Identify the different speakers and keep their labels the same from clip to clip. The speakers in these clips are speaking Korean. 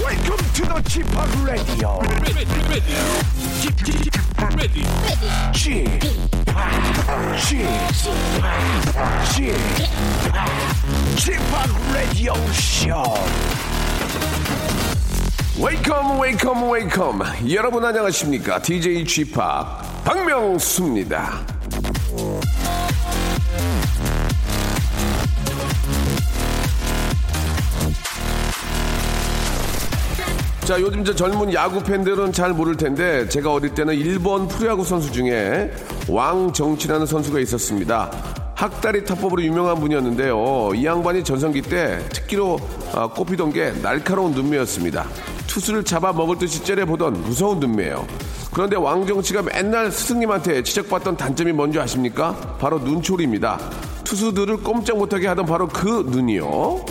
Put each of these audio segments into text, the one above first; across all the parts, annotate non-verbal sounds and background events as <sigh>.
Speaker 1: Welcome to the g p o Radio.
Speaker 2: ready, ready, ready, ready,
Speaker 1: g p o p g p o p Radio Show. Welcome, welcome, welcome. 여러분 안녕하십니까? DJ g p o p 박명수입니다. 자, 요즘 저 젊은 야구 팬들은 잘 모를 텐데 제가 어릴 때는 일본 프로야구 선수 중에 왕정치라는 선수가 있었습니다. 학다리 타법으로 유명한 분이었는데요. 이 양반이 전성기 때 특기로 아, 꼽히던 게 날카로운 눈매였습니다. 투수를 잡아 먹을 듯이 째려보던 무서운 눈매예요. 그런데 왕정치가 맨날 스승님한테 지적받던 단점이 뭔지 아십니까? 바로 눈초리입니다. 투수들을 꼼짝 못하게 하던 바로 그 눈이요.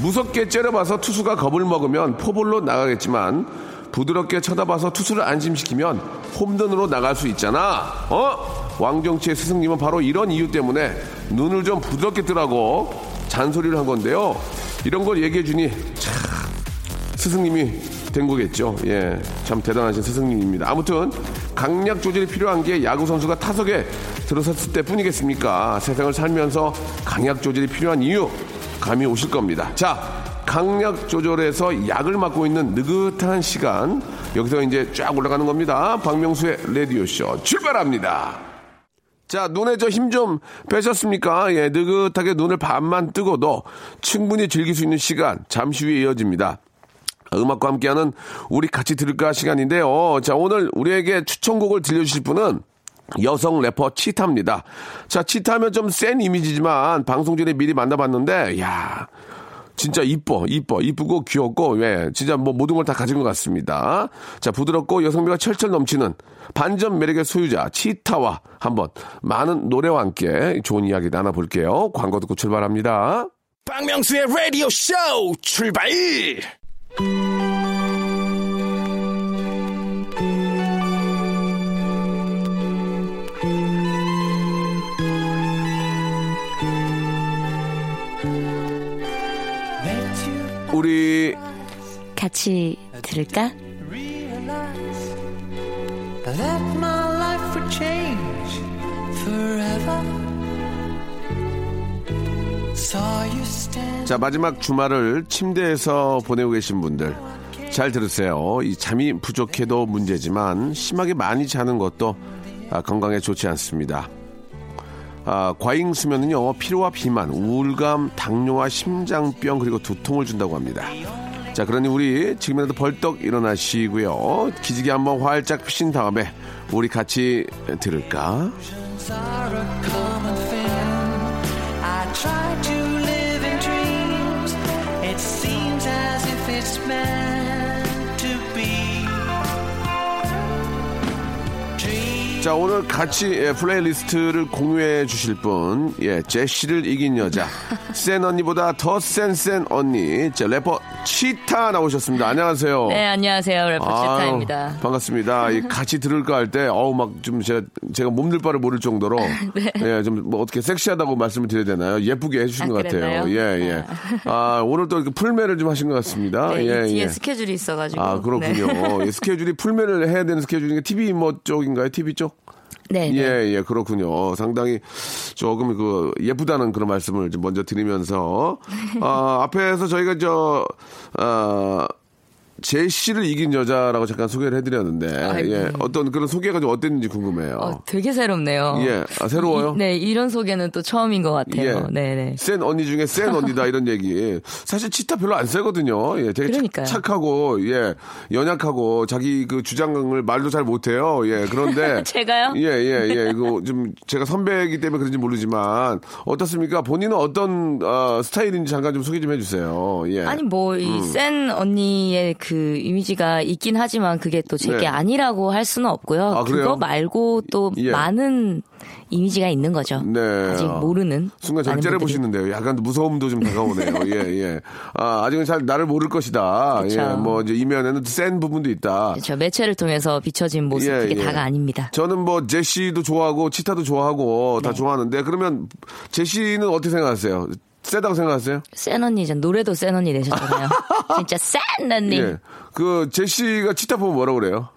Speaker 1: 무섭게 째려봐서 투수가 겁을 먹으면 포볼로 나가겠지만 부드럽게 쳐다봐서 투수를 안심시키면 홈런으로 나갈 수 있잖아. 어? 왕정치의 스승님은 바로 이런 이유 때문에 눈을 좀 부드럽게 뜨라고 잔소리를 한 건데요. 이런 걸 얘기해 주니 참 스승님이 된 거겠죠. 예, 참 대단하신 스승님입니다. 아무튼 강약 조절이 필요한 게 야구 선수가 타석에 들어섰을 때뿐이겠습니까? 세상을 살면서 강약 조절이 필요한 이유 감이 오실 겁니다. 자, 강약 조절에서 약을 맡고 있는 느긋한 시간 여기서 이제 쫙 올라가는 겁니다. 박명수의 라디오 쇼 출발합니다. 자, 눈에 저 힘 좀 빼셨습니까? 예, 느긋하게 눈을 반만 뜨고도 충분히 즐길 수 있는 시간 잠시 후에 이어집니다. 음악과 함께하는 우리 같이 들을까 시간인데요. 자, 오늘 우리에게 추천곡을 들려주실 분은 여성 래퍼 치타입니다. 자, 치타면 좀 센 이미지지만 방송 전에 미리 만나봤는데, 야 진짜 이뻐, 이뻐, 이쁘고 귀엽고, 예, 진짜 뭐 모든 걸 다 가진 것 같습니다. 자, 부드럽고 여성미가 철철 넘치는 반전 매력의 소유자 치타와 한번 많은 노래와 함께 좋은 이야기 나눠볼게요. 광고 듣고 출발합니다.
Speaker 2: 박명수의 라디오 쇼 출발!
Speaker 1: 우리
Speaker 3: 같이 들을까?
Speaker 4: that my life would change forever. Saw you stand.
Speaker 1: 자 마지막 주말을 침대에서 보내고 계신 분들 잘 들으세요. 이 잠이 부족해도 문제지만 심하게 많이 자는 것도 아, 건강에 좋지 않습니다. 아, 과잉 수면은요 피로와 비만, 우울감, 당뇨와 심장병 그리고 두통을 준다고 합니다. 자 그러니 우리 지금이라도 벌떡 일어나시고요 기지개 한번 활짝 피신 다음에 우리 같이 들을까?
Speaker 4: are a common thing. I try to live in dreams. It seems as if it's meant to be. Dream
Speaker 1: 자 오늘 같이 예, 플레이리스트를 공유해 주실 분, 예 제시를 이긴
Speaker 3: <laughs>
Speaker 1: 여자, 센 언니보다 더 센 센 언니, 자 래퍼 치타 나오셨습니다. 안녕하세요.
Speaker 3: 네, 안녕하세요. 래퍼
Speaker 1: 아유,
Speaker 3: 치타입니다.
Speaker 1: 반갑습니다.
Speaker 3: <laughs>
Speaker 1: 이 같이 들을까 할 때 어우 막 좀 제가 제가 몸둘 바를 모를
Speaker 3: <laughs>
Speaker 1: 정도로 예좀 뭐 어떻게 섹시하다고 말씀을 드려야 되나요? 예쁘게 해주신
Speaker 3: 네. 아,
Speaker 1: 것 같아요.
Speaker 3: 그랬나요?
Speaker 1: 예 예. 아 오늘 또 이렇게 풀매를 좀 하신 것 같습니다.
Speaker 3: 네,
Speaker 1: 예
Speaker 3: 이 뒤에
Speaker 1: 예.
Speaker 3: 스케줄이 있어가지고.
Speaker 1: 아 그렇군요.
Speaker 3: 네.
Speaker 1: 예, 스케줄이 풀매를 해야 되는 스케줄인가? TV 뭐 쪽인가요? TV 쪽? <laughs>
Speaker 3: 네. 네, 네.
Speaker 1: 예, 예, 그렇군요. 어, 상당히 조금 그 예쁘다는 그런 말씀을
Speaker 3: 네.
Speaker 1: 아, 좀 먼저 드리면서 어, 앞에서 저희가 저 어, 제시를 이긴 여자라고 잠깐 소개를 해드렸는데
Speaker 3: 아이고.
Speaker 1: 예, 어떤 그런 소개가 좀 어땠는지 궁금해요.
Speaker 3: 어, 되게 새롭네요.
Speaker 1: 예, 아, 새로워요.
Speaker 3: 이- 네, 이런 소개는 또 처음인 것 같아요. 네, 네.
Speaker 1: 예. 센 언니 중에 센 언니다 이런 얘기. 사실 치타 별로 안 세거든요. 예, 되게 착-
Speaker 3: 그러니까요.
Speaker 1: 착하고 예 연약하고 자기 그 주장을 말도 잘 못해요. 예, 그런데
Speaker 3: <laughs> 제가요?
Speaker 1: 예, 예, 예. 이거 좀 제가 선배이기 때문에 그런지 모르지만 어떻습니까? 본인은 어떤 아, 스타일인지 잠깐 좀 소개 좀 해주세요. 예.
Speaker 3: 아니 뭐 이 센 언니의 그 이미지가 있긴 하지만 그게 또 제게
Speaker 1: 네.
Speaker 3: 아니라고 할 수는 없고요.
Speaker 1: 아, 그래요?
Speaker 3: 그거 말고 또
Speaker 1: 예.
Speaker 3: 많은 이미지가 있는 거죠.
Speaker 1: 네.
Speaker 3: 아직 모르는
Speaker 1: 순간 저를
Speaker 3: 많은 분들이.
Speaker 1: 째려보시는데요. 약간 무서움도 좀 다가오네요. 예, 예. 아, 아직은 잘 나를 모를 것이다.
Speaker 3: 그쵸.
Speaker 1: 예, 뭐, 이제 이면에는 센 부분도 있다.
Speaker 3: 저 매체를 통해서 비춰진 모습
Speaker 1: 예,
Speaker 3: 그게
Speaker 1: 예.
Speaker 3: 다가 아닙니다.
Speaker 1: 저는 뭐, 제시도 좋아하고, 치타도 좋아하고,
Speaker 3: 네.
Speaker 1: 다 좋아하는데, 그러면, 제시는 어떻게 생각하세요? 세다고 생각하세요?
Speaker 3: 센 언니 전 노래도 센
Speaker 1: <laughs>
Speaker 3: 언니 내셨잖아요. 진짜 센 언니
Speaker 1: 예. 그, 제시가 치타 보면 뭐라 그래요?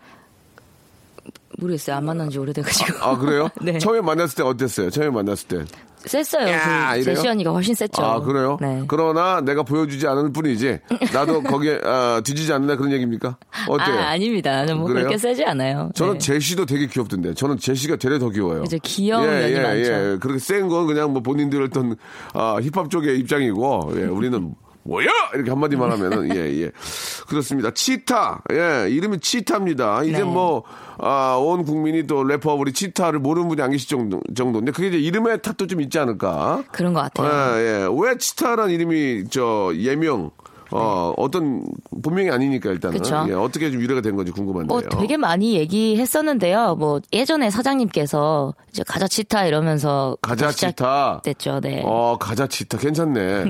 Speaker 3: 모르겠어요. 안 만난 지 오래돼가지고.
Speaker 1: 아, 그래요?
Speaker 3: <laughs> 네.
Speaker 1: 처음에 만났을 때 어땠어요? 처음에 만났을 때.
Speaker 3: 셌어요.
Speaker 1: 야,
Speaker 3: 그
Speaker 1: 이래요?
Speaker 3: 제시 언니가 훨씬 셌죠.
Speaker 1: 아, 그래요?
Speaker 3: 네.
Speaker 1: 그러나 내가 보여주지 않을 뿐이지,
Speaker 3: <laughs>
Speaker 1: 나도 거기에, 아, 뒤지지 않는다 그런 얘기입니까? 어때요?
Speaker 3: 아, 아닙니다. 저뭐
Speaker 1: 그래요?
Speaker 3: 그렇게 세지 않아요.
Speaker 1: 저는
Speaker 3: 네.
Speaker 1: 제시도 되게 귀엽던데. 저는 제시가 되려 더 귀여워요. 예,
Speaker 3: 그죠, 귀여운 면이 많죠.
Speaker 1: 그렇게 센 건 그냥 뭐 본인들 어떤 아, 힙합 쪽의 입장이고, 예, 우리는 뭐야 이렇게 한마디만 하면은 예 예. 그렇습니다. 치타 예 이름이 치타입니다. 이제 뭐,
Speaker 3: 네.
Speaker 1: 뭐아온 국민이 또 래퍼 우리 치타를 모르는 분이 안 계실 정도 정도인데 그게 이제 이름의 탓도 좀 있지 않을까.
Speaker 3: 그런 것 같아요.
Speaker 1: 예, 예. 왜 치타라는 이름이 저 예명 어 어떤 본명이 아니니까 일단은
Speaker 3: 네. 그쵸.
Speaker 1: 예, 어떻게 좀 유래가 된 건지 궁금한데요.
Speaker 3: 뭐 되게 많이 얘기했었는데요. 뭐 예전에 사장님께서 이제 가자치타 이러면서
Speaker 1: 가자치타.
Speaker 3: 됐죠. 네.
Speaker 1: 어, 가자치타
Speaker 3: <laughs>
Speaker 1: 괜찮네.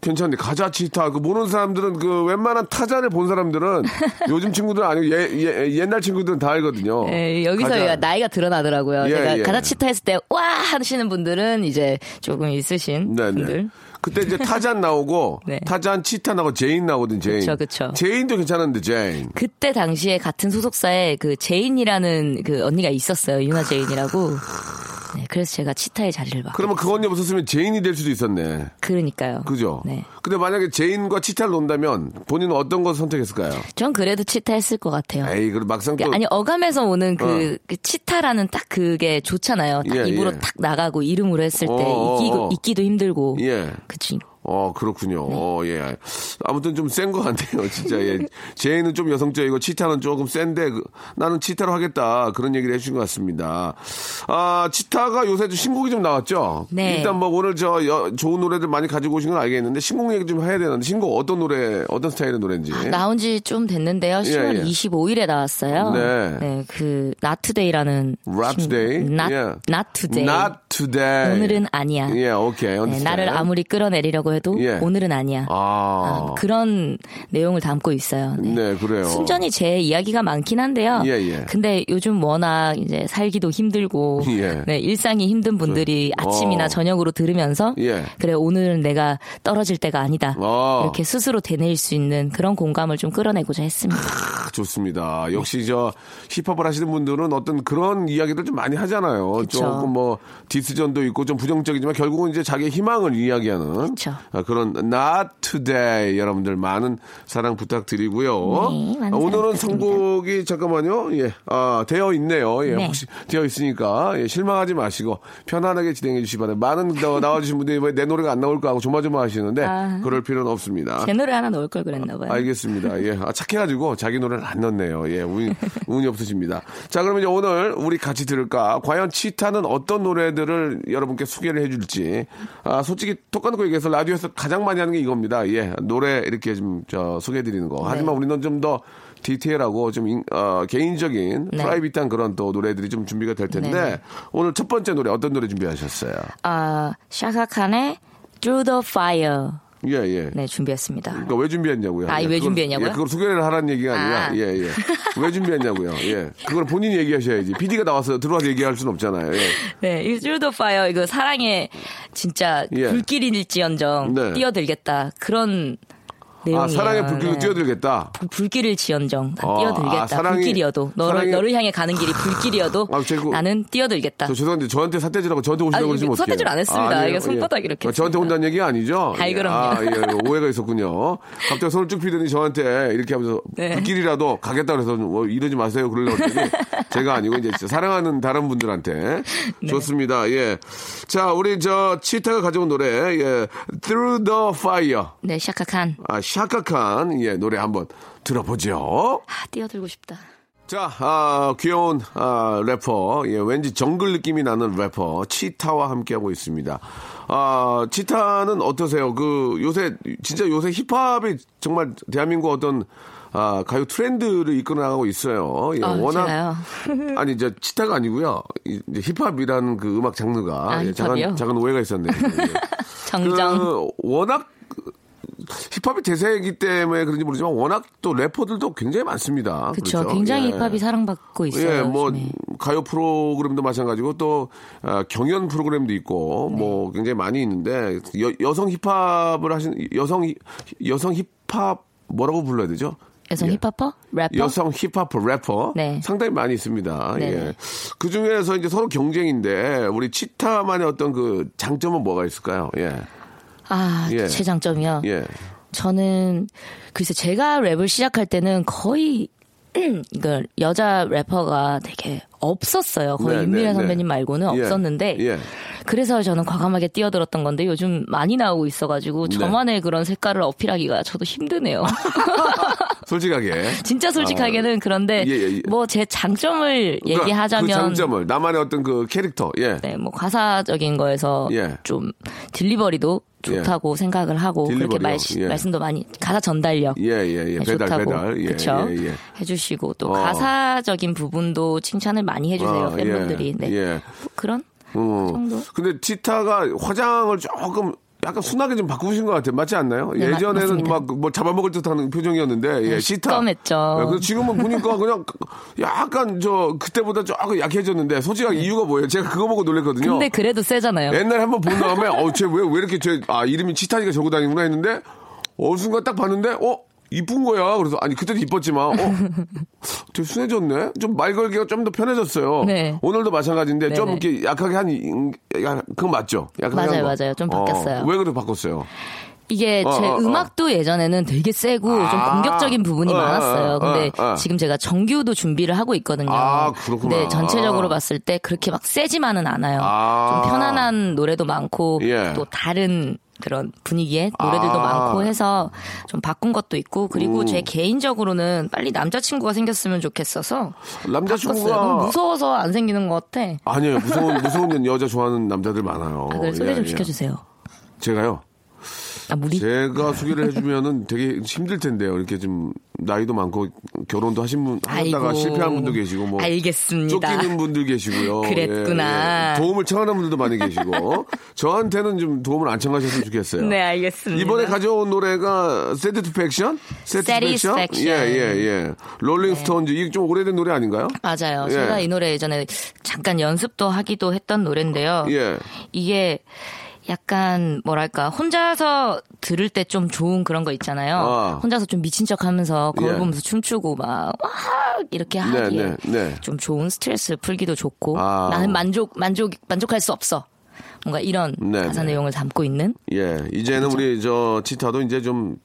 Speaker 1: 괜찮네. 가자치타 그 모르는 사람들은 그 웬만한 타자를 본
Speaker 3: <laughs>
Speaker 1: 사람들은 요즘 친구들 아니고 예, 예, 옛날 친구들은 다 알거든요.
Speaker 3: 예, 여기서
Speaker 1: 가자.
Speaker 3: 나이가 드러나더라고요.
Speaker 1: 예,
Speaker 3: 제가
Speaker 1: 예.
Speaker 3: 가자치타 했을 때 와 하시는 분들은 이제 조금 있으신
Speaker 1: 네, 네.
Speaker 3: 분들.
Speaker 1: 그때 이제 타잔 나오고
Speaker 3: <laughs> 네.
Speaker 1: 타잔 치타 나오고 제인 나오거든 제인.
Speaker 3: 그쵸, 그쵸.
Speaker 1: 제인도 괜찮은데 제인.
Speaker 3: 그때 당시에 같은 소속사에 그 제인이라는 그 언니가 있었어요. 윤아 제인이라고. 네, 그래서 제가 치타의 자리를 막.
Speaker 1: 그러면 그 언니 없었으면 제인이 될 수도 있었네.
Speaker 3: 그러니까요.
Speaker 1: 그죠?
Speaker 3: 네.
Speaker 1: 근데 만약에 제인과 치타를 논다면 본인은 어떤 것을 선택했을까요?
Speaker 3: 전 그래도 치타 했을 것 같아요.
Speaker 1: 에이, 그럼 막상 또
Speaker 3: 네. 아니 어감에서 오는 그, 그 치타라는 딱 그게 좋잖아요. 딱
Speaker 1: 예,
Speaker 3: 입으로
Speaker 1: 예.
Speaker 3: 탁 나가고 이름으로 했을 때
Speaker 1: 어, 어, 어.
Speaker 3: 익히고, 익기도 힘들고.
Speaker 1: 예.
Speaker 3: 그치.
Speaker 1: 어,
Speaker 3: 네.
Speaker 1: 그렇군요. 어, 예. 아무튼 좀 센 거 같네요, 진짜.
Speaker 3: <laughs>
Speaker 1: 예. 제이는 좀 여성적이고 치타는 조금 센데 그- 나는 치타로 하겠다. 그런 얘기를 해주신 것 같습니다. 아, 치타가 요새 좀 신곡이 좀 나왔죠?
Speaker 3: 네.
Speaker 1: 일단 뭐 오늘 저 여- 좋은 노래들 많이 가지고 오신 건 알겠는데 신곡 얘기 좀 해야 되는데 신곡 어떤 노래, 어떤 스타일의 노래인지.
Speaker 3: 아, 나온 지 좀 됐는데요. 10월
Speaker 1: 예.
Speaker 3: 25일에 나왔어요.
Speaker 1: 네.
Speaker 3: 그 Not Today라는
Speaker 1: Rap
Speaker 3: 신-
Speaker 1: Today?
Speaker 3: Not,
Speaker 1: 예.
Speaker 3: Not Today.
Speaker 1: Not today.
Speaker 3: 오늘은 아니야.
Speaker 1: 예, 오케이.
Speaker 3: 네,
Speaker 1: understand.
Speaker 3: 나를 아무리 끌어내리려고 해도
Speaker 1: 예.
Speaker 3: 오늘은 아니야.
Speaker 1: 아.
Speaker 3: 아, 그런 내용을 담고 있어요. 네.
Speaker 1: 네, 그래요.
Speaker 3: 순전히 제 이야기가 많긴 한데요.
Speaker 1: 예, 예.
Speaker 3: 근데 요즘 워낙 이제 살기도 힘들고
Speaker 1: 예.
Speaker 3: 네, 일상이 힘든 분들이 아침이나
Speaker 1: 어.
Speaker 3: 저녁으로 들으면서
Speaker 1: 예.
Speaker 3: 그래 오늘은 내가 떨어질 때가 아니다.
Speaker 1: 어.
Speaker 3: 이렇게 스스로 되뇌일 수 있는 그런 공감을 좀 끌어내고자
Speaker 1: <laughs>
Speaker 3: 했습니다.
Speaker 1: 아, 좋습니다. 역시 저 힙합을 하시는 분들은 어떤 그런 이야기들 좀 많이 하잖아요.
Speaker 3: 그쵸.
Speaker 1: 조금 뭐 디스전도 있고 좀 부정적이지만 결국은 이제 자기의 희망을 이야기하는
Speaker 3: 그쵸.
Speaker 1: 아, 그런 Not Today 여러분들 많은 사랑 부탁드리고요.
Speaker 3: 네, 많은
Speaker 1: 아, 오늘은
Speaker 3: 사랑
Speaker 1: 선곡이 잠깐만요. 예, 아, 되어 있네요. 예,
Speaker 3: 네.
Speaker 1: 혹시 되어 있으니까 예, 실망하지 마시고 편안하게 진행해 주시기 바랍니다. 많은 더 나와주신 분들이 왜 내 노래가 안 나올까 하고 조마조마 하시는데
Speaker 3: 아.
Speaker 1: 그럴 필요는 없습니다.
Speaker 3: 제 노래 하나 넣을 걸 그랬나 봐요.
Speaker 1: 알겠습니다. 예. 아, 착해가지고 자기 노래를 안 넣었네요. 예. 운, 운이 없으십니다. 자, 그러면 이제 오늘 우리 같이 들을까? 과연 치타는 어떤 노래들을 여러분께 소개를 해줄지. 아, 솔직히 톡까놓고 얘기해서 라디오에서 가장 많이 하는 게 이겁니다. 예. 노래 이렇게 좀, 저, 소개해드리는 거. 하지만
Speaker 3: 네.
Speaker 1: 우리는 좀 더 디테일하고 좀, 인- 어, 개인적인
Speaker 3: 네.
Speaker 1: 프라이빗한 그런 또 노래들이 좀 준비가 될 텐데.
Speaker 3: 네네.
Speaker 1: 오늘 첫 번째 노래 어떤 노래 준비하셨어요?
Speaker 3: 아, 샤카칸의 Through the Fire
Speaker 1: 예, 예.
Speaker 3: 네 준비했습니다.
Speaker 1: 그러니까 왜 준비했냐고요?
Speaker 3: 아,
Speaker 1: 예,
Speaker 3: 왜
Speaker 1: 그걸-
Speaker 3: 준비했냐고요?
Speaker 1: 예, 그걸 소개를 하라는 얘기가 아니라,
Speaker 3: 아.
Speaker 1: 예, 예. 왜 준비했냐고요? 예. 그걸 본인이 얘기하셔야지. PD가 나와서 들어와서 얘기할 수는 없잖아요. 예.
Speaker 3: 네, 이 Through the Fire 이거 사랑의 진짜
Speaker 1: 예.
Speaker 3: 불길일지언정
Speaker 1: 네.
Speaker 3: 뛰어들겠다 그런 내용이에요.
Speaker 1: 아, 사랑의 불길로
Speaker 3: 네.
Speaker 1: 뛰어들겠다.
Speaker 3: 그 불길을 지연정 난
Speaker 1: 어,
Speaker 3: 뛰어들겠다.
Speaker 1: 아, 사랑이-
Speaker 3: 불길이어도 너를
Speaker 1: 사랑이-
Speaker 3: 너를 향해 가는 길이 불길이어도
Speaker 1: 아, 제가-
Speaker 3: 나는 뛰어들겠다.
Speaker 1: 저 죄송한데 저한테 사태질하고 저한테
Speaker 3: 아. 아니,
Speaker 1: 오시라고 그러시면
Speaker 3: 이거
Speaker 1: 어떡해요?
Speaker 3: 사태질 안 했습니다.
Speaker 1: 아니에요.
Speaker 3: 이거 손바닥
Speaker 1: 예.
Speaker 3: 이렇게
Speaker 1: 아, 저한테
Speaker 3: 했습니다.
Speaker 1: 혼다는 얘기 아니죠?
Speaker 3: 아이,
Speaker 1: 예.
Speaker 3: 그럼요.
Speaker 1: 아, 예, 오해가 있었군요. 갑자기 손을 쭉 피더니 저한테 이렇게 하면서
Speaker 3: 네.
Speaker 1: 불길이라도 가겠다 그래서 뭐 이러지 마세요. 그러려고
Speaker 3: <laughs>
Speaker 1: 했더니 제가 아니고 이제 진짜 사랑하는 다른 분들한테
Speaker 3: 네.
Speaker 1: 좋습니다. 예. 자, 우리 저 치타가 가져온 노래 예. Through the Fire.
Speaker 3: 네, 샤카칸.
Speaker 1: 아, 샤카칸 예, 노래 한번 들어보죠.
Speaker 3: 아, 뛰어들고 싶다.
Speaker 1: 자, 아, 귀여운 아, 래퍼, 예, 왠지 정글 느낌이 나는 래퍼 치타와 함께하고 있습니다. 아, 치타는 어떠세요? 그 요새 진짜 요새 힙합이 정말 대한민국 어떤 아, 가요 트렌드를 이끌어나가고 있어요. 예,
Speaker 3: 어,
Speaker 1: 워낙
Speaker 3: 제가요?
Speaker 1: <laughs> 아니 이제 치타가 아니고요. 이- 이제 힙합이라는 그 음악 장르가
Speaker 3: 아,
Speaker 1: 예,
Speaker 3: 힙합이요?
Speaker 1: 작은 작은 오해가 있었네요.
Speaker 3: <laughs>
Speaker 1: 예.
Speaker 3: 정정.
Speaker 1: 그 워낙 힙합이 대세이기 때문에 그런지 모르지만 워낙 또 래퍼들도 굉장히 많습니다.
Speaker 3: 그렇죠.
Speaker 1: 그렇죠?
Speaker 3: 굉장히
Speaker 1: 예.
Speaker 3: 힙합이 사랑받고 있어요. 네.
Speaker 1: 예, 뭐
Speaker 3: 요즘에.
Speaker 1: 가요 프로그램도 마찬가지고 또 아, 경연 프로그램도 있고 뭐
Speaker 3: 네.
Speaker 1: 굉장히 많이 있는데 여, 성 힙합을 하신 여성 히- 여성 힙합 뭐라고 불러야 되죠?
Speaker 3: 여성
Speaker 1: 예.
Speaker 3: 힙합퍼? 래퍼?
Speaker 1: 여성 힙합 래퍼
Speaker 3: 네.
Speaker 1: 상당히 많이 있습니다.
Speaker 3: 네네.
Speaker 1: 예. 그 중에서 이제 서로 경쟁인데 우리 치타만의 어떤 그 장점은 뭐가 있을까요? 예.
Speaker 3: 아,
Speaker 1: 예.
Speaker 3: 제 장점이요.
Speaker 1: 예.
Speaker 3: 저는 글쎄 제가 랩을 시작할 때는 거의 <clears throat> 그 여자 래퍼가 되게 없었어요. 거의
Speaker 1: 네,
Speaker 3: 윤미래
Speaker 1: 네, 네.
Speaker 3: 선배님 말고는
Speaker 1: 예.
Speaker 3: 어, 없었는데
Speaker 1: 예.
Speaker 3: 그래서 저는 과감하게 뛰어들었던 건데 요즘 많이 나오고 있어가지고
Speaker 1: 네.
Speaker 3: 저만의 그런 색깔을 어필하기가 저도 힘드네요. <laughs>
Speaker 1: 솔직하게.
Speaker 3: 진짜 솔직하게는 그런데
Speaker 1: 예, 예, 예.
Speaker 3: 뭐 제 장점을
Speaker 1: 그러니까
Speaker 3: <laughs> 얘기하자면
Speaker 1: 그 장점을 나만의 어떤 그 캐릭터 예
Speaker 3: 네, 뭐 가사적인 거에서
Speaker 1: 예.
Speaker 3: 좀 딜리버리도 좋다고 생각을 하고 그렇게
Speaker 1: 딜리버리요.
Speaker 3: 말,
Speaker 1: 예.
Speaker 3: 말씀도 많이 가사 전달력
Speaker 1: 예, 예, 예.
Speaker 3: 네,
Speaker 1: 배달,
Speaker 3: 좋다고
Speaker 1: 배달. 예,
Speaker 3: 그쵸?
Speaker 1: 예, 예.
Speaker 3: 해주시고 또
Speaker 1: 어.
Speaker 3: 가사적인 부분도 칭찬을 많이 해주세요
Speaker 1: 아,
Speaker 3: 팬분들이
Speaker 1: 예,
Speaker 3: 네.
Speaker 1: 예.
Speaker 3: 뭐 그런
Speaker 1: 음.
Speaker 3: 정도?
Speaker 1: 근데 치타가 화장을 조금 약간 순하게 좀 바꾸신 것 같아요. 맞지 않나요?
Speaker 3: 네, 마-
Speaker 1: 예전에는
Speaker 3: 맞습니다. 네,
Speaker 1: 막 뭐 잡아먹을 듯한 표정이었는데 예, 치타.
Speaker 3: 시꺼맸죠.
Speaker 1: 예, 근데 지금은 보니까
Speaker 3: <laughs>
Speaker 1: 그냥 약간 저 그때보다 조금 약해졌는데 솔직히 이유가 뭐예요? 제가 그거 보고 놀랐거든요.
Speaker 3: 네. 근데 그래도 세잖아요
Speaker 1: 옛날에 한번 본
Speaker 3: <laughs>
Speaker 1: 다음에 어쟤왜 왜 이렇게 쟤아 이름이 치타니까 저거 다니구나 했는데 어느 순간 딱 봤는데 어 이쁜 거야 그래서 아니 그때도 이뻤지만 어 되게 순해졌네 좀 말 걸기가 좀 더 편해졌어요
Speaker 3: 네.
Speaker 1: 오늘도 마찬가지인데 좀
Speaker 3: 네네.
Speaker 1: 이렇게 약하게 한 이- 음, 약간 그건 맞죠 약하게
Speaker 3: 맞아요,
Speaker 1: 한 거.
Speaker 3: 맞아요. 좀 바뀌었어요.
Speaker 1: 어, 왜 그렇게 바꿨어요
Speaker 3: 이게
Speaker 1: 어,
Speaker 3: 제
Speaker 1: 어, 어.
Speaker 3: 음악도 예전에는 되게 세고 좀
Speaker 1: 아.
Speaker 3: 공격적인 부분이
Speaker 1: 어, 어,
Speaker 3: 많았어요.
Speaker 1: 어,
Speaker 3: 근데
Speaker 1: 어, 어.
Speaker 3: 지금 제가 정규도 준비를 하고 있거든요.
Speaker 1: 아, 그렇구나.
Speaker 3: 근데 전체적으로 봤을 때 그렇게 막 세지만은 않아요.
Speaker 1: 아.
Speaker 3: 좀 편안한 노래도 많고
Speaker 1: 예.
Speaker 3: 또 다른 그런 분위기의 노래들도
Speaker 1: 아.
Speaker 3: 많고 해서 좀 바꾼 것도 있고 그리고 제 개인적으로는 빨리 남자친구가 생겼으면 좋겠어서
Speaker 1: 남자친구가-
Speaker 3: 바꿨어요. 너무 무서워서 안 생기는 것 같아.
Speaker 1: 아니에요 무서운 무서운 여자 좋아하는 남자들 많아요
Speaker 3: 아, 그래 소개
Speaker 1: 예,
Speaker 3: 좀
Speaker 1: 예.
Speaker 3: 시켜주세요.
Speaker 1: 제가요
Speaker 3: 아 무리.
Speaker 1: 제가 소개를 해주면은 되게 힘들 텐데요. 이렇게 좀 나이도 많고 결혼도 하신 분 하다가
Speaker 3: 아이고.
Speaker 1: 실패한 분도 계시고 뭐
Speaker 3: 알겠습니다.
Speaker 1: 쫓기는 분들 계시고요.
Speaker 3: 그랬구나.
Speaker 1: 예, 예. 도움을 청하는 분들도 많이 계시고 <laughs> 저한테는 좀 도움을 안 청하셨으면 좋겠어요.
Speaker 3: 네 알겠습니다.
Speaker 1: 이번에 가져온 노래가 Satisfaction?
Speaker 3: Satisfaction. 네.
Speaker 1: 예, 예, 예. 롤링스톤즈. 이게 좀 오래된 노래 아닌가요?
Speaker 3: 맞아요.
Speaker 1: 예.
Speaker 3: 제가 이 노래 예전에 잠깐 연습도 하기도 했던 노래인데요.
Speaker 1: 예.
Speaker 3: 이게 약간 뭐랄까 혼자서 들을 때 좀 좋은 그런 거 있잖아요.
Speaker 1: 아.
Speaker 3: 혼자서 좀 미친 척하면서 거울
Speaker 1: 예.
Speaker 3: 보면서 춤추고 막 와! 이렇게 하기에
Speaker 1: 네, 네.
Speaker 3: 좀 좋은 스트레스를 풀기도 좋고
Speaker 1: 아.
Speaker 3: 나는 만족 만족 만족할 수 없어. 뭔가 이런
Speaker 1: 네,
Speaker 3: 가사
Speaker 1: 네.
Speaker 3: 내용을 담고 있는
Speaker 1: 예, 이제는 우리 저 치타도 이제 좀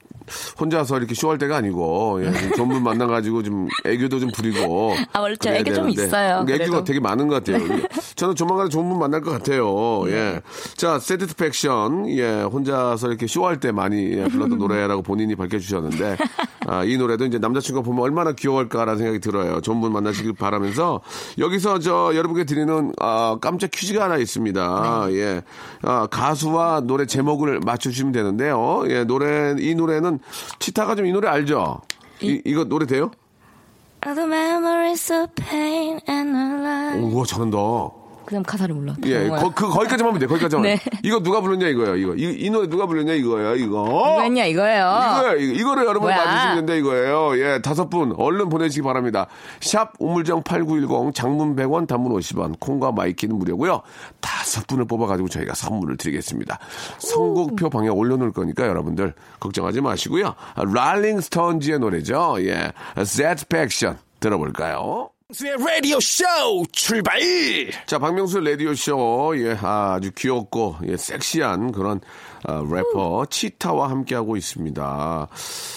Speaker 1: 혼자서 이렇게 쇼할 때가 아니고 예, 좀 좋은 분 만나가지고 좀 애교도 좀 부리고
Speaker 3: <laughs> 아, 원래 저
Speaker 1: 그래야
Speaker 3: 애교 좀
Speaker 1: 되는데
Speaker 3: 있어요,
Speaker 1: 근데 애교가
Speaker 3: 그래도.
Speaker 1: 되게 많은 것 같아요. 예. 저는 조만간 좋은 분 만날 것 같아요. 예, 자, Satisfaction 예, 혼자서 이렇게 쇼할 때 많이 예, 불렀던 노래라고 본인이 밝혀주셨는데 아, 이 노래도 이제 남자친구가 보면 얼마나 귀여울까라는 생각이 들어요. 좋은 분 만나시길 바라면서 여기서 저 여러분께 드리는 아, 깜짝 퀴즈가 하나 있습니다. 예. 아, 가수와 노래 제목을 맞추시면 되는데요. 예, 노래 이 노래는 치타가 좀 이 노래 알죠? 이, 이거 노래 돼요?
Speaker 3: All the memories of pain and our life.
Speaker 1: 우와 잘한다.
Speaker 3: 그다음 가사를 몰라.
Speaker 1: 예,
Speaker 3: 뭐야.
Speaker 1: 거, 그, 거기까지만 하면 돼, 거기까지만.
Speaker 3: 네.
Speaker 1: 이거 누가 부르냐, 이거예요, 이거. 이, 이 노래 누가 부르냐, 이거예요, 이거.
Speaker 3: 누가 했냐 이거예요.
Speaker 1: 이거예요, 이거. 이거를 여러분
Speaker 3: 뭐야?
Speaker 1: 맞으시면 된다, 이거예요. 예, 다섯 분, 얼른 보내시기 바랍니다. 샵, 우물정 8910, 장문 100원, 단문 50원, 콩과 마이키는 무료고요 다섯 분을 뽑아가지고 저희가 선물을 드리겠습니다. 선곡표 방에 올려놓을 거니까 여러분들, 걱정하지 마시고요 아, 랄링스톤즈의 노래죠. 예, Satisfaction. 들어볼까요?
Speaker 2: 박명수의 라디오 쇼 출발!
Speaker 1: 자, 박명수 라디오쇼, 예, 아주 귀엽고, 예, 섹시한 그런, 아, 래퍼, 치타와 함께하고 있습니다.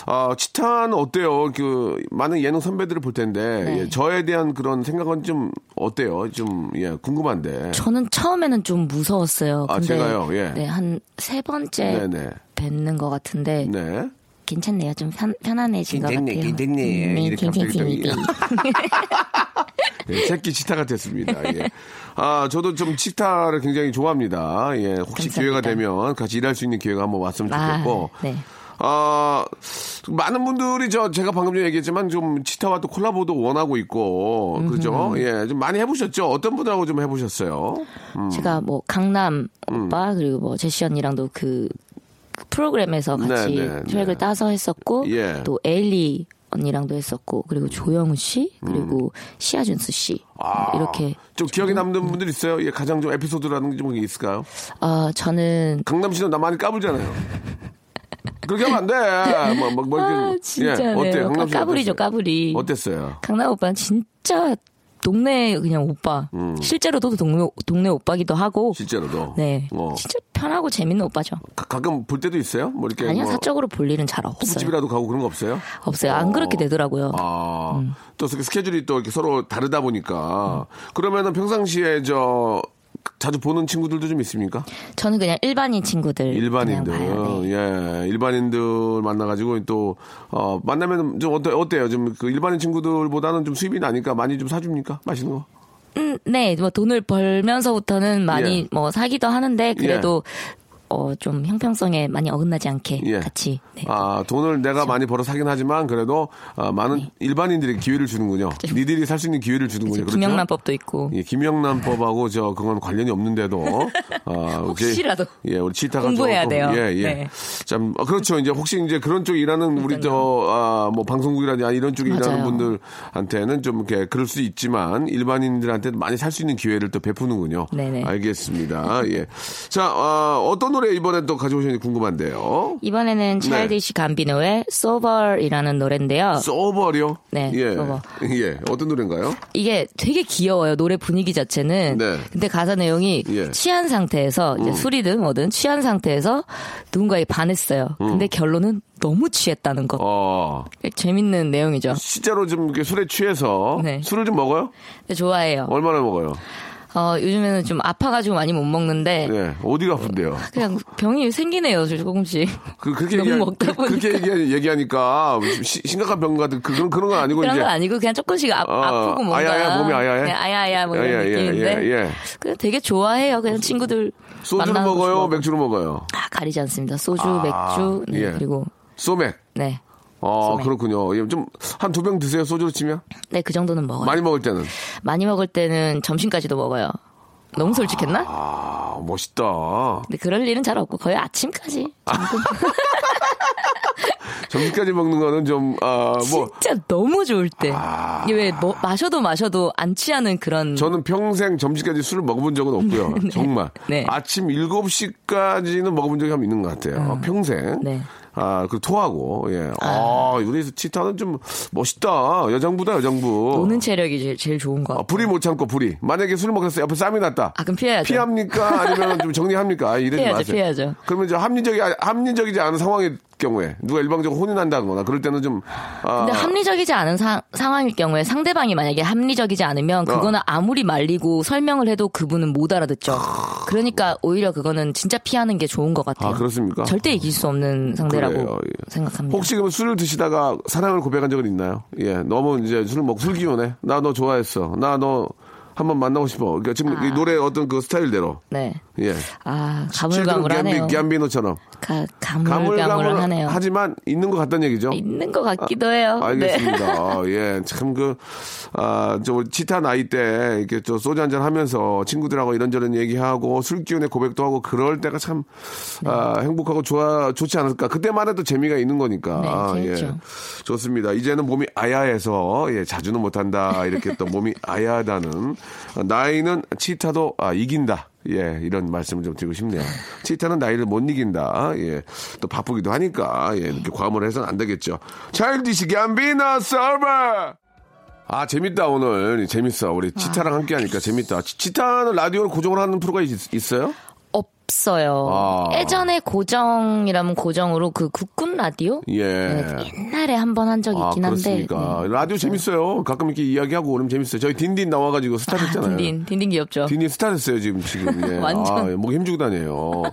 Speaker 1: 아, 치타는 어때요? 그, 많은 예능 선배들을 볼 텐데,
Speaker 3: 네.
Speaker 1: 예, 저에 대한 그런 생각은 좀, 어때요? 좀, 예, 궁금한데.
Speaker 3: 저는 처음에는 좀 무서웠어요.
Speaker 1: 아,
Speaker 3: 근데
Speaker 1: 제가요? 예.
Speaker 3: 네, 한 세 번째
Speaker 1: 네네.
Speaker 3: 뵙는 것 같은데
Speaker 1: 네.
Speaker 3: 괜찮네요. 좀 편, 편안해진 것
Speaker 1: 괜찮네,
Speaker 3: 같아요.
Speaker 1: 괜찮네.
Speaker 3: 네,
Speaker 1: 이렇게 갑자기 또
Speaker 3: 괜찮습니다.
Speaker 1: 예, 새끼 치타 같았습니다.
Speaker 3: <laughs>
Speaker 1: 예. 아, 저도 좀 치타를 굉장히 좋아합니다. 예, 혹시
Speaker 3: 감사합니다.
Speaker 1: 기회가 되면 같이 일할 수 있는 기회가 한번 왔으면
Speaker 3: 아,
Speaker 1: 좋겠고.
Speaker 3: 네.
Speaker 1: 아, 많은 분들이 저 제가 방금 전에 얘기했지만 좀 치타와 또 콜라보도 원하고 있고 그죠? 예, 좀 많이 해보셨죠? 어떤 분하고 좀 해보셨어요? 음,
Speaker 3: 제가 뭐 강남 오빠 그리고 뭐 제시 언니랑도 그 프로그램에서 같이
Speaker 1: 네, 네,
Speaker 3: 트랙을
Speaker 1: 네.
Speaker 3: 따서 했었고
Speaker 1: 예.
Speaker 3: 또 에일리 언니랑도 했었고 그리고 조영우 씨
Speaker 1: 음.
Speaker 3: 그리고 시아준수 씨 이렇게
Speaker 1: 좀 기억에
Speaker 3: 음.
Speaker 1: 남는 분들 있어요? 예, 가장 좀 에피소드라는 게 좀 있을까요?
Speaker 3: 아 저는
Speaker 1: 강남 씨는 나 많이 까불잖아요. 그렇게 하면 안
Speaker 3: <laughs>
Speaker 1: 돼. 뭐, 뭐, 뭐 이렇게-
Speaker 3: 아
Speaker 1: 예,
Speaker 3: 진짜네요.
Speaker 1: 어때요? 강남 씨
Speaker 3: 까불이죠 까불이.
Speaker 1: 어땠어요?
Speaker 3: 강남 오빠는 진짜 동네 그냥 오빠.
Speaker 1: 음.
Speaker 3: 실제로도 그 동네 동네 오빠기도 하고.
Speaker 1: 실제로도.
Speaker 3: 네.
Speaker 1: 어.
Speaker 3: 진짜 편하고 재밌는 오빠죠.
Speaker 1: 가- 가끔 볼 때도 있어요? 뭐 이렇게
Speaker 3: 아니요
Speaker 1: 뭐
Speaker 3: 사적으로 볼 일은 잘 없어요.
Speaker 1: 호프집이라도 가고 그런 거 없어요?
Speaker 3: 없어요. 안 그렇게 되더라고요.
Speaker 1: 아,
Speaker 3: 음.
Speaker 1: 또 스- 스케줄이 또 이렇게 서로 다르다 보니까 그러면은 평상시에 저 자주 보는 친구들도 좀 있습니까?
Speaker 3: 저는 그냥 일반인 친구들
Speaker 1: 일반인들,
Speaker 3: 그냥 네, 봐요. 네.
Speaker 1: 예, 일반인들 만나가지고 또 어, 만나면 좀 어때 어때요? 좀 그 일반인 친구들보다는 좀 수입이 나니까 많이 좀 사줍니까? 맛있는 거?
Speaker 3: 음, 네, 뭐 돈을 벌면서부터는 많이
Speaker 1: 예.
Speaker 3: 뭐 사기도 하는데 그래도 어, 좀 형평성에 많이 어긋나지 않게
Speaker 1: 예.
Speaker 3: 같이 네. 그렇죠.
Speaker 1: 아 돈을 내가 많이 벌어 사긴 하지만 그래도 아, 많은
Speaker 3: 네.
Speaker 1: 일반인들에게 기회를 주는군요.
Speaker 3: 그렇죠.
Speaker 1: 니들이 살 수 있는 기회를 주는군요. 그렇죠?
Speaker 3: 김영란법도 있고
Speaker 1: 예,
Speaker 3: 네.
Speaker 1: 김영란법하고 저 그건 관련이
Speaker 3: <laughs>
Speaker 1: 없는데도 아,
Speaker 3: 혹시라도.
Speaker 1: 이제, 예 우리 치타가
Speaker 3: 공부해야
Speaker 1: 조금,
Speaker 3: 돼요.
Speaker 1: 예, 예.
Speaker 3: 네.
Speaker 1: 참 아, 그렇죠. 이제 혹시 이제 그런 쪽 일하는 우리 저뭐 방송국이라든지 아니, 이런 쪽에 일하는
Speaker 3: 맞아요.
Speaker 1: 분들한테는 좀 이렇게 그럴 수 있지만 일반인들한테 많이 살 수 있는 기회를 또 베푸는군요.
Speaker 3: 네네.
Speaker 1: 알겠습니다. 예. 자 아, 어떤 노래 이번에 또 가져오셨는지 궁금한데요.
Speaker 3: 이번에는
Speaker 1: 네.
Speaker 3: 차일드시 감비노의 소벌이라는 노래인데요.
Speaker 1: 써버려.
Speaker 3: 네,
Speaker 1: 예.
Speaker 3: 써버.
Speaker 1: <laughs> 예. 어떤 노래인가요?
Speaker 3: 이게 되게 귀여워요. 노래 분위기 자체는.
Speaker 1: 네.
Speaker 3: 근데 가사 내용이
Speaker 1: 예. 음.
Speaker 3: 취한 상태에서 이제 술이든 뭐든 취한 상태에서 누군가에 반했어요. 근데 결론은 너무 취했다는 거.
Speaker 1: 음. 어.
Speaker 3: 재밌는 내용이죠.
Speaker 1: 실제로 좀 이렇게 술에 취해서
Speaker 3: 네.
Speaker 1: 술을 좀 먹어요?
Speaker 3: 근데 좋아해요.
Speaker 1: 얼마나 먹어요?
Speaker 3: 어, 요즘에는 좀 아파가지고 많이 못 먹는데
Speaker 1: 예, 어디가 아픈데요?
Speaker 3: 그냥 병이 생기네요. 조금씩.
Speaker 1: 그, 그렇게
Speaker 3: 너무
Speaker 1: 얘기하,
Speaker 3: 먹다
Speaker 1: 그, 그렇게 얘기하, 얘기하니까 시- 심각한 병 같은 그- 그런 그런 건 아니고
Speaker 3: 그런
Speaker 1: 이제
Speaker 3: 건 아니고 그냥 조금씩 아,
Speaker 1: 어,
Speaker 3: 아프고 뭔가
Speaker 1: 아야야, 몸이 아야해?
Speaker 3: 그냥 아야야 뭐 이런
Speaker 1: 아야야, 예,
Speaker 3: 느낌인데
Speaker 1: 예, 예.
Speaker 3: 그냥 되게 좋아해요. 그냥 친구들
Speaker 1: 소주를
Speaker 3: 만나는 거
Speaker 1: 먹어요,
Speaker 3: 좋아하고.
Speaker 1: 맥주를 먹어요.
Speaker 3: 아, 가리지 않습니다. 소주,
Speaker 1: 아,
Speaker 3: 맥주, 네,
Speaker 1: 예.
Speaker 3: 그리고
Speaker 1: 소맥.
Speaker 3: 네,
Speaker 1: 아
Speaker 3: 소맥.
Speaker 1: 그렇군요. 예, 좀한 두 병 드세요 소주로 치면
Speaker 3: 네 그 정도는 먹어요.
Speaker 1: 많이
Speaker 3: 많이,
Speaker 1: 먹을 때는.
Speaker 3: 먹을 때는 점심까지도 먹어요. 너무 솔직했나?
Speaker 1: 아 멋있다.
Speaker 3: 근데 그럴 일은 잘 없고 거의 아침까지.
Speaker 1: 점심까지 먹는 거는 좀아뭐 아.
Speaker 3: 진짜 너무 좋을 때. 이게 왜 뭐- 마셔도 마셔도 안 취하는 그런.
Speaker 1: 저는 평생 점심까지 술을 먹어본 적은 없고요. 정말.
Speaker 3: 음. <laughs> 네.
Speaker 1: 아침 7시까지는 먹어본 적이 한 번 있는 것 같아요. 평생.
Speaker 3: 네.
Speaker 1: 아, 그 토하고, 예. 아, 요리에서 치타는 좀 멋있다. 여장부다, 여장부.
Speaker 3: 노는 체력이 제일, 제일 좋은
Speaker 1: 뭐-
Speaker 3: 것
Speaker 1: 아,
Speaker 3: 같아요.
Speaker 1: 불이 못 참고, 불이. 만약에 술을 먹었어요. 옆에 쌈이 났다.
Speaker 3: 아, 그럼 피해야죠.
Speaker 1: 피합니까? 아니면 좀 정리합니까? 아, 이러지
Speaker 3: 피해야죠,
Speaker 1: 마세요.
Speaker 3: 피해야죠.
Speaker 1: 그러면 이제 합리적이, 합리적이지 않은 상황의 경우에 누가 일방적으로 혼이 난다거나 그럴 때는 좀, 아,
Speaker 3: 근데 합리적이지 않은 사- 상황일 경우에 상대방이 만약에 합리적이지 않으면
Speaker 1: 어.
Speaker 3: 그거는 아무리 말리고 설명을 해도 그분은 못 알아듣죠. 그러니까 오히려 그거는 진짜 피하는 게 좋은 것 같아요.
Speaker 1: 아, 그렇습니까?
Speaker 3: 절대 이길 수 없는 상대라고
Speaker 1: 그래요, 예.
Speaker 3: 생각합니다.
Speaker 1: 혹시 그럼 술을 드시다가 사랑을 고백한 적은 있나요? 예, 너무 이제 술 먹고 술 기운해. 나 너 좋아했어. 나 너 한번 만나고 싶어. 그러니까 지금 이 노래 어떤 그 스타일대로.
Speaker 3: 네.
Speaker 1: 예.
Speaker 3: 아,
Speaker 1: 실제로
Speaker 3: 가물가물하네요.
Speaker 1: 갬비- 갬비노처럼.
Speaker 3: 가, 가물가물하네요. 아,
Speaker 1: 가물가물하지만 있는 것 같다는 얘기죠.
Speaker 3: 있는 것 같기도 해요.
Speaker 1: 알겠습니다.
Speaker 3: 네.
Speaker 1: 아, 예, 참 그, 아, 저 우리 치타 나이 때 이렇게 저 소주 한잔 하면서 친구들하고 이런저런 얘기하고 술 기운에 고백도 하고 그럴 때가 참 아, 행복하고 좋아 좋지 않을까. 그때만 해도 재미가 있는 거니까.
Speaker 3: 네,
Speaker 1: 아, 예,
Speaker 3: 재밌죠.
Speaker 1: 좋습니다. 이제는 몸이 아야해서 예, 자주는 못한다 이렇게 또 몸이 아야하다는 아, 나이는 치타도 아, 이긴다. 예, 이런 말씀을 좀 드리고 싶네요. 치타는 나이를 못 이긴다. 예, 또 바쁘기도 하니까, 예, 이렇게 과음을 해서는 안 되겠죠. 차일드시 갬비나 서버! 아, 재밌다, 오늘. 재밌어. 우리 치타랑 함께
Speaker 3: 아.
Speaker 1: 하니까 재밌다. 치- 치타는 라디오를 고정을 하는 프로가 있, 어요
Speaker 3: 없어요.
Speaker 1: 아.
Speaker 3: 예전에 고정이라면 고정으로 그 국군 라디오?
Speaker 1: 예.
Speaker 3: 네, 옛날에 한 번 한 적이
Speaker 1: 아,
Speaker 3: 있긴 한데.
Speaker 1: 그렇습니까.
Speaker 3: 네.
Speaker 1: 라디오 재밌어요. 가끔 이렇게 이야기하고 그러면 재밌어요. 저희 딘딘 나와가지고 스타 됐잖아요.
Speaker 3: 딘딘, 딘딘 귀엽죠?
Speaker 1: 디니 스타 됐어요 지금
Speaker 3: <laughs>
Speaker 1: 지금 예.
Speaker 3: 완전.
Speaker 1: 아, 예. 목에 힘주고 다녀요.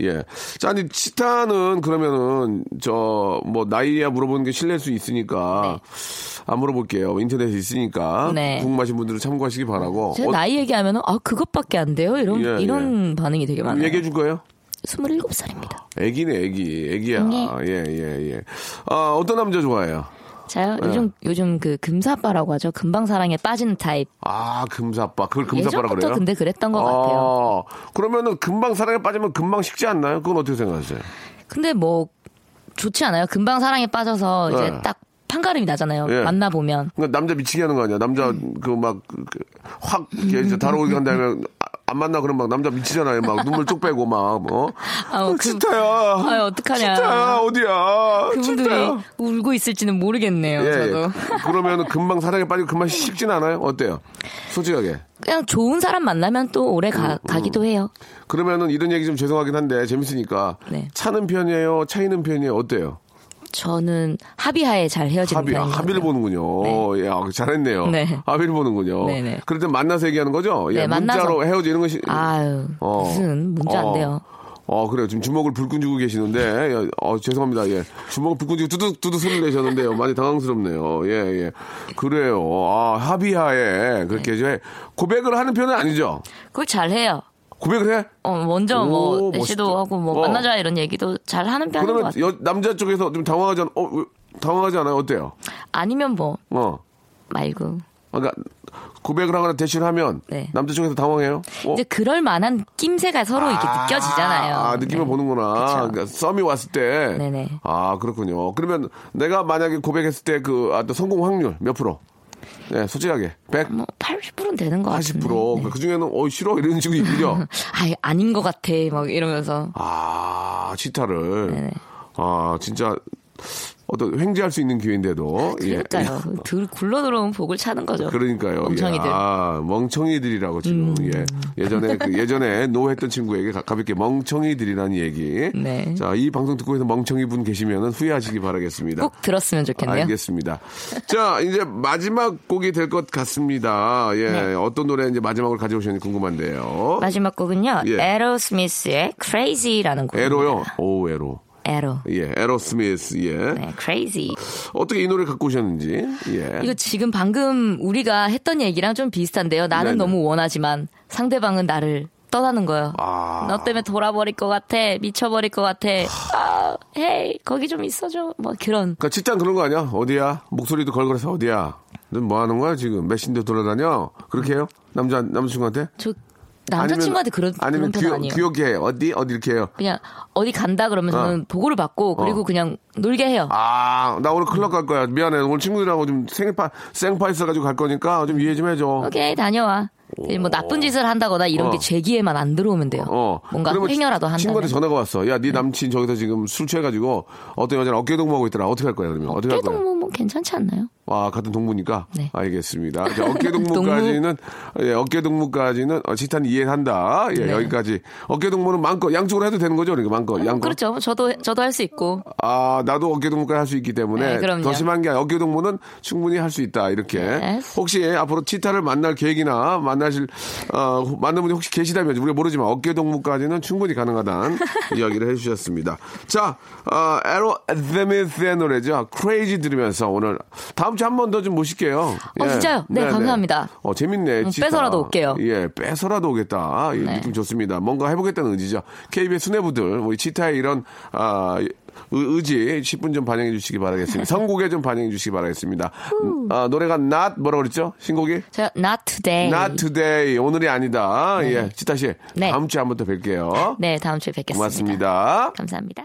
Speaker 1: 예. 자, 아니 치타는 그러면은 저 뭐 나이야 물어보는 게 실례일 수 있으니까 안 물어볼게요. 인터넷에 있으니까
Speaker 3: 네.
Speaker 1: 궁금하신 분들은 참고하시기 바라고.
Speaker 3: 제가 나이 얘기하면, 아, 그것밖에 안 돼요? 이런,
Speaker 1: 어, 예,
Speaker 3: 이런 반응이 되게 많아요.
Speaker 1: 얘기해 줄 거예요?
Speaker 3: 27살입니다.
Speaker 1: 애기네 애기 애기야.
Speaker 3: 네.
Speaker 1: 예 예 예. 아 어떤 남자 좋아해요?
Speaker 3: 자요?
Speaker 1: 예.
Speaker 3: 요즘, 요즘 그 금사빠라고 하죠? 금방 사랑에 빠지는 타입.
Speaker 1: 아 금사빠 그걸 금사빠라
Speaker 3: 예전부터
Speaker 1: 그래요?
Speaker 3: 근데 그랬던 것 같아요.
Speaker 1: 아, 그러면은 금방 사랑에 빠지면 금방 식지 않나요? 그건 어떻게 생각하세요?
Speaker 3: 근데 뭐 좋지 않아요? 금방 사랑에 빠져서 이제
Speaker 1: 네.
Speaker 3: 딱 판가름이 나잖아요.
Speaker 1: 예.
Speaker 3: 만나 보면
Speaker 1: 그러니까 남자 미치게 하는 거 아니야? 남자
Speaker 3: 음.
Speaker 1: 그 막 확 다루고 간 다음에 아, 안 만나 그럼 막 남자 미치잖아요. 막 눈물 쭉 빼고 막 어?
Speaker 3: 아우, 그-
Speaker 1: 치타야.
Speaker 3: 아유, 어떡하냐.
Speaker 1: 치타야 어디야?
Speaker 3: 그분들이
Speaker 1: 치타야. 예,
Speaker 3: 울고 있을지는 모르겠네요. 저도
Speaker 1: 그러면 금방 사랑에 빠지고
Speaker 3: <laughs>
Speaker 1: 금방 식진 않아요? 어때요? 솔직하게.
Speaker 3: 그냥 좋은 사람 만나면 또 오래
Speaker 1: 음,
Speaker 3: 가, 가기도 해요.
Speaker 1: 그러면은 이런 얘기 좀 죄송하긴 한데 재밌으니까
Speaker 3: 네.
Speaker 1: 차는 편이에요, 차이는 편이에요, 어때요?
Speaker 3: 저는 합의하에 잘 헤어지는
Speaker 1: 합의,
Speaker 3: 편이에요.
Speaker 1: 합의를 보는군요. 야, 잘했네요.
Speaker 3: 네.
Speaker 1: 합의를 보는군요.
Speaker 3: 네네.
Speaker 1: 그럴 때 만나서 얘기하는 거죠? 예,
Speaker 3: 네, 만나서.
Speaker 1: 문자로 헤어지는 것이.
Speaker 3: 아유
Speaker 1: 어.
Speaker 3: 무슨 문제 안
Speaker 1: 어.
Speaker 3: 돼요.
Speaker 1: 어, 그래요. 지금 주먹을 불끈 쥐고 계시는데, 예, 어, 죄송합니다. 예. 주먹을 불끈 쥐고 두둑, 두둑 소리를 내셨는데요. 많이 당황스럽네요. 예, 예. 그래요. 아, 합의하에 그렇게
Speaker 3: 네.
Speaker 1: 이제 고백을 하는 편은 아니죠?
Speaker 3: 그걸 잘 해요.
Speaker 1: 고백을 해?
Speaker 3: 어, 먼저
Speaker 1: 오,
Speaker 3: 뭐
Speaker 1: 멋있다.
Speaker 3: 시도하고 뭐
Speaker 1: 어.
Speaker 3: 만나자 이런 얘기도 잘 하는 편인 것
Speaker 1: 그러면
Speaker 3: 같아요.
Speaker 1: 여- 남자 쪽에서 좀 당황하지, 않, 어, 왜- 당황하지 않아요? 어때요?
Speaker 3: 아니면 뭐
Speaker 1: 어.
Speaker 3: 말고
Speaker 1: 그러니까 고백을 하거나 대시를 하면
Speaker 3: 네.
Speaker 1: 남자 쪽에서 당황해요? 어?
Speaker 3: 이제 그럴 만한 낌새가 서로 이렇게 느껴지잖아요.
Speaker 1: 아, 느낌을
Speaker 3: 네.
Speaker 1: 보는구나.
Speaker 3: 그쵸.
Speaker 1: 그러니까 썸이 왔을 때.
Speaker 3: 네네.
Speaker 1: 아, 그렇군요. 그러면 내가 만약에 고백했을 때 그, 아, 또 성공 확률 몇 프로? 네, 솔직하게. 100?
Speaker 3: 뭐 80%는 되는 것 같은데. 네.
Speaker 1: 80%. 그 중에는, 어, 싫어? 이런 식으로
Speaker 3: <laughs>
Speaker 1: 있군요.
Speaker 3: 아, 아닌 것 같아. 막 이러면서.
Speaker 1: 아, 치타를. 아, 진짜. 어떤 횡재할 수 있는 기회인데도. 예.
Speaker 3: 그러니까요. 들 굴러 들어온 복을 차는 거죠.
Speaker 1: 그러니까요.
Speaker 3: 멍청이들. 음.
Speaker 1: 예. 아, 멍청이들이라고 지금. 예.
Speaker 3: <laughs>
Speaker 1: 예전에 그 예전에 노했던 친구에게 가- 가볍게 멍청이들이라는 얘기.
Speaker 3: 네.
Speaker 1: 자, 이 방송 듣고 계신 멍청이 분 계시면은 후회하시기 바라겠습니다.
Speaker 3: 꼭 들었으면 좋겠네요.
Speaker 1: 알겠습니다. 자, 이제 마지막 곡이 될 것 같습니다. 예.
Speaker 3: 네.
Speaker 1: 어떤 노래 이제 마지막으로 가져오셨는지 궁금한데요.
Speaker 3: 마지막 곡은요.
Speaker 1: 예.
Speaker 3: 에로 스미스의 Crazy라는 곡.
Speaker 1: 에로요. 오, 에로.
Speaker 3: 에로.
Speaker 1: 예, 에로 스미스. 예.
Speaker 3: 네, Crazy.
Speaker 1: 어떻게 이 노래 갖고 오셨는지. 예.
Speaker 3: 이거 지금 방금 우리가 했던 얘기랑 좀 비슷한데요. 나는
Speaker 1: 네네.
Speaker 3: 너무 원하지만 상대방은 나를 떠나는 거예요.
Speaker 1: 아.
Speaker 3: 너 때문에 돌아버릴 것 같아. 미쳐버릴 것 같아. 아, 헤이, 거기 좀 있어줘. 뭐 그런.
Speaker 1: 그러니까 직장 그런 거 아니야? 어디야? 목소리도 걸걸해서 어디야? 넌 뭐 하는 거야 지금? 몇신데 돌아다녀? 그렇게 해요? 남자 남자친구한테?
Speaker 3: 저 남자친구한테 그런,
Speaker 1: 아니면
Speaker 3: 그런 편
Speaker 1: 귀여,
Speaker 3: 아니에요.
Speaker 1: 귀엽게 해요. 어디 어디 이렇게 해요?
Speaker 3: 그냥 어디 간다 그러면 저는 보고를 받고 그리고
Speaker 1: 어.
Speaker 3: 그냥 놀게 해요.
Speaker 1: 아, 나 오늘 클럽 갈 거야. 미안해. 오늘 친구들하고 좀 생파 생파 있어가지고 갈 거니까 좀 이해 좀 해줘.
Speaker 3: 오케이 다녀와. 뭐 나쁜 짓을 한다거나 이런
Speaker 1: 어.
Speaker 3: 게 죄기에만 안 들어오면 돼요.
Speaker 1: 어.
Speaker 3: 뭔가
Speaker 1: 그러면
Speaker 3: 행여라도 한다.
Speaker 1: 친구한테 전화가 왔어. 야, 네 남친 저기서 지금 술 취해가지고 어떤 여자랑 어깨 동무하고 있더라. 어떻게 할 거야? 그러면 어떻게 할 거야?
Speaker 3: 뭐, 뭐 괜찮지 않나요?
Speaker 1: 아, 같은 동무니까?
Speaker 3: 네.
Speaker 1: 알겠습니다. 이제 어깨 동무까지는, 예, 어깨 동무까지는, 어, 치탄 이해한다. 예,
Speaker 3: 네.
Speaker 1: 여기까지. 어깨 동무는 마음껏, 양쪽으로 해도 되는 거죠? 그러니까 마음껏,
Speaker 3: 뭐
Speaker 1: 양껏.
Speaker 3: 그렇죠. 저도 저도 할 수 있고.
Speaker 1: 아, 나도 어깨 동무까지 할 수 있기 때문에.
Speaker 3: 네, 그럼요.
Speaker 1: 더 심한 게 아니라 어깨 동무는 충분히 할 수 있다. 이렇게.
Speaker 3: 네.
Speaker 1: 혹시 앞으로 치타를 만날 계획이나 만나실, 어, 만난 분이 혹시 계시다면, 우리가 모르지만 어깨 동무까지는 충분히
Speaker 3: <laughs>
Speaker 1: 가능하다는 이야기를 해주셨습니다. 자, 어, 에로 데미스의 노래죠. 크레이지 들으면서 오늘 다음 다음 주 한 번 더 좀 모실게요. 예.
Speaker 3: 어, 진짜요? 네, 감사합니다.
Speaker 1: 어, 재밌네.
Speaker 3: 음,
Speaker 1: 진짜.
Speaker 3: 뺏어라도 올게요.
Speaker 1: 예, 뺏어라도 오겠다. 아, 예,
Speaker 3: 네.
Speaker 1: 느낌 좋습니다. 뭔가 해보겠다는 의지죠. KBS 수뇌부들, 우리 치타의 이런, 아, 의- 의지 10분 좀 반영해 주시기 바라겠습니다.
Speaker 3: <laughs>
Speaker 1: 선곡에 좀 반영해 주시기 바라겠습니다. 아, 노래가 Not 뭐라고 그랬죠? 신곡이?
Speaker 3: 제가 not today.
Speaker 1: Not today. 오늘이 아니다. 예, 치타 씨.
Speaker 3: 네.
Speaker 1: 다음 주에 한 번 더 뵐게요.
Speaker 3: 네, 다음 주에 뵙겠습니다.
Speaker 1: 고맙습니다.
Speaker 3: 감사합니다.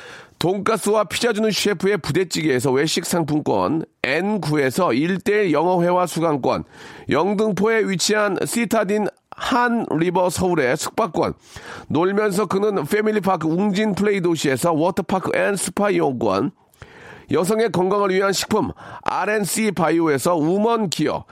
Speaker 1: 돈가스와 피자 주는 셰프의 부대찌개에서 외식 상품권, N9에서 1대1 영어회화 수강권, 영등포에 위치한 시타딘 한 리버 서울의 숙박권, 놀면서 그는 패밀리파크 웅진 플레이 도시에서 워터파크 앤 스파 이용권, 여성의 건강을 위한 식품 RNC 바이오에서 우먼 기어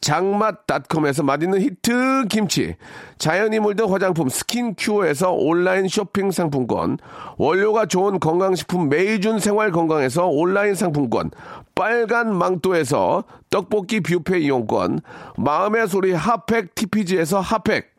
Speaker 1: 장맛닷컴에서 맛있는 히트 김치 자연이 물든 화장품 스킨큐어에서 온라인 쇼핑 상품권 원료가 좋은 건강식품 메이준 생활건강에서 온라인 상품권 빨간 망토에서 떡볶이 뷔페 이용권 마음의 소리 핫팩 TPG에서 핫팩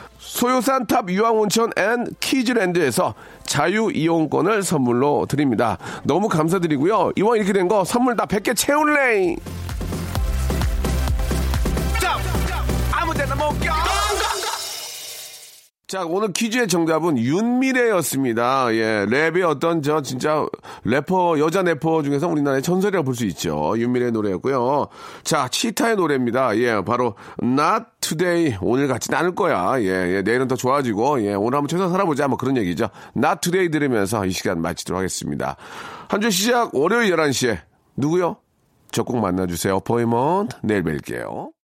Speaker 1: 소요산 탑 유황온천 앤 키즈랜드에서 자유 이용권을 선물로 드립니다. 너무 감사드리고요. 이왕 이렇게 된 거 선물 다 100개 채울래! 자, 오늘 퀴즈의 정답은 윤미래였습니다. 예, 랩의 어떤 저 진짜 래퍼, 여자 래퍼 중에서 우리나라의 전설이라고 볼 수 있죠. 윤미래의 노래였고요. 자, 치타의 노래입니다. 예, 바로 Not Today, 오늘 같진 않을 거야. 예, 예, 내일은 더 좋아지고, 예, 오늘 한번 최선 살아보자. 뭐 그런 얘기죠. Not Today 들으면서 이 시간 마치도록 하겠습니다. 한 주 시작 월요일 11시에 누구요? 저 꼭 만나주세요. 포이먼 내일 뵐게요.